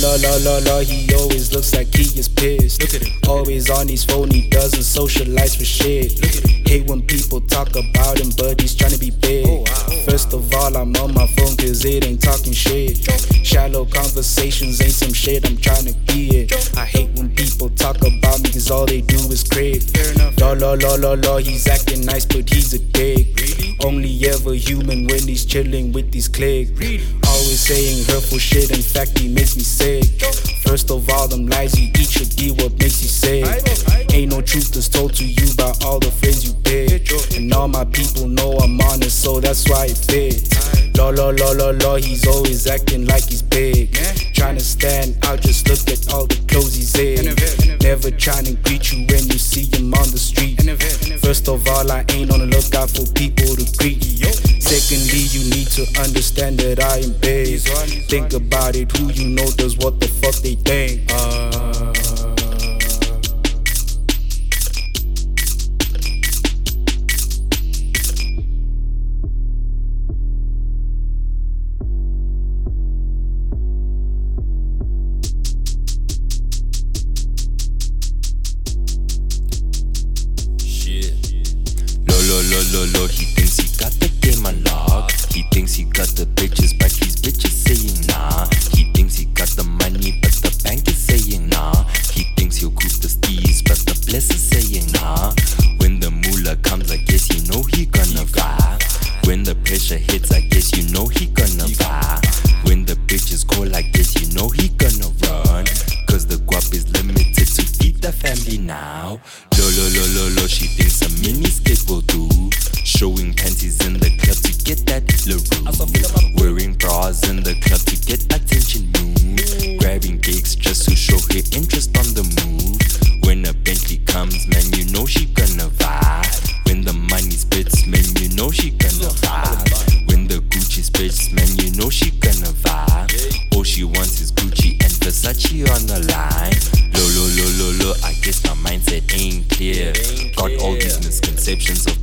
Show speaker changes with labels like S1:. S1: la la la, he always looks like he is pissed. Look at him. Always on his phone, he doesn't socialize for shit. Look at him. Oh, Hate when people talk about him, but he's trying to be big. First of all, I'm on my phone cause it ain't talking shit. Shallow conversations ain't some shit I'm trying to be it. I hate when people talk about me cause all they do is crib. La la la la la, he's acting nice, but he's a dick. Only ever human when he's chilling with these cliques. Always saying hurtful shit, in fact, he makes me sick. First of all, them lies you eat should be what makes you sick. Ain't no truth that's told to you by all the friends you pick. And all my people know I'm honest, so that's why it fits. La la la la la, he's always acting like he's big. Trying to stand out, just look at all the clothes he's in. Never trying to greet you when you see him on the street. First of all, I ain't on the lookout for people to greet you. Secondly, you need to understand that I am big. Think about it, who you know does what the fuck they think.
S2: Shit. Lo lo lo lo lo, he thinks he got the game unlocked. He thinks he got the bitches, but these bitches saying nah. He thinks he got the money, but the bank is saying nah. He thinks he'll cook the steez, but the bless is saying nah. When the mullah comes, I guess you know he gonna fly. When the pressure hits, I guess you know he gonna fly. When the bitches call, I guess you know he gonna run. Cause the guap is limited to feed the family now. Lo lo lo lo lo, she thinks a mini skate will do. Showing panties in the club to get that LaRue. Wearing bras in the club to get attention move. Grabbing gigs just to show her interest on the move. When a Bentley comes, man, you know she gonna vibe. When the money spits, man, you know she gonna vibe. When the Gucci spits, man, you know she gonna vibe. All she wants is Gucci and Versace on the line. Lo lo lo lo lo, I guess my mindset ain't clear. Got all these misconceptions of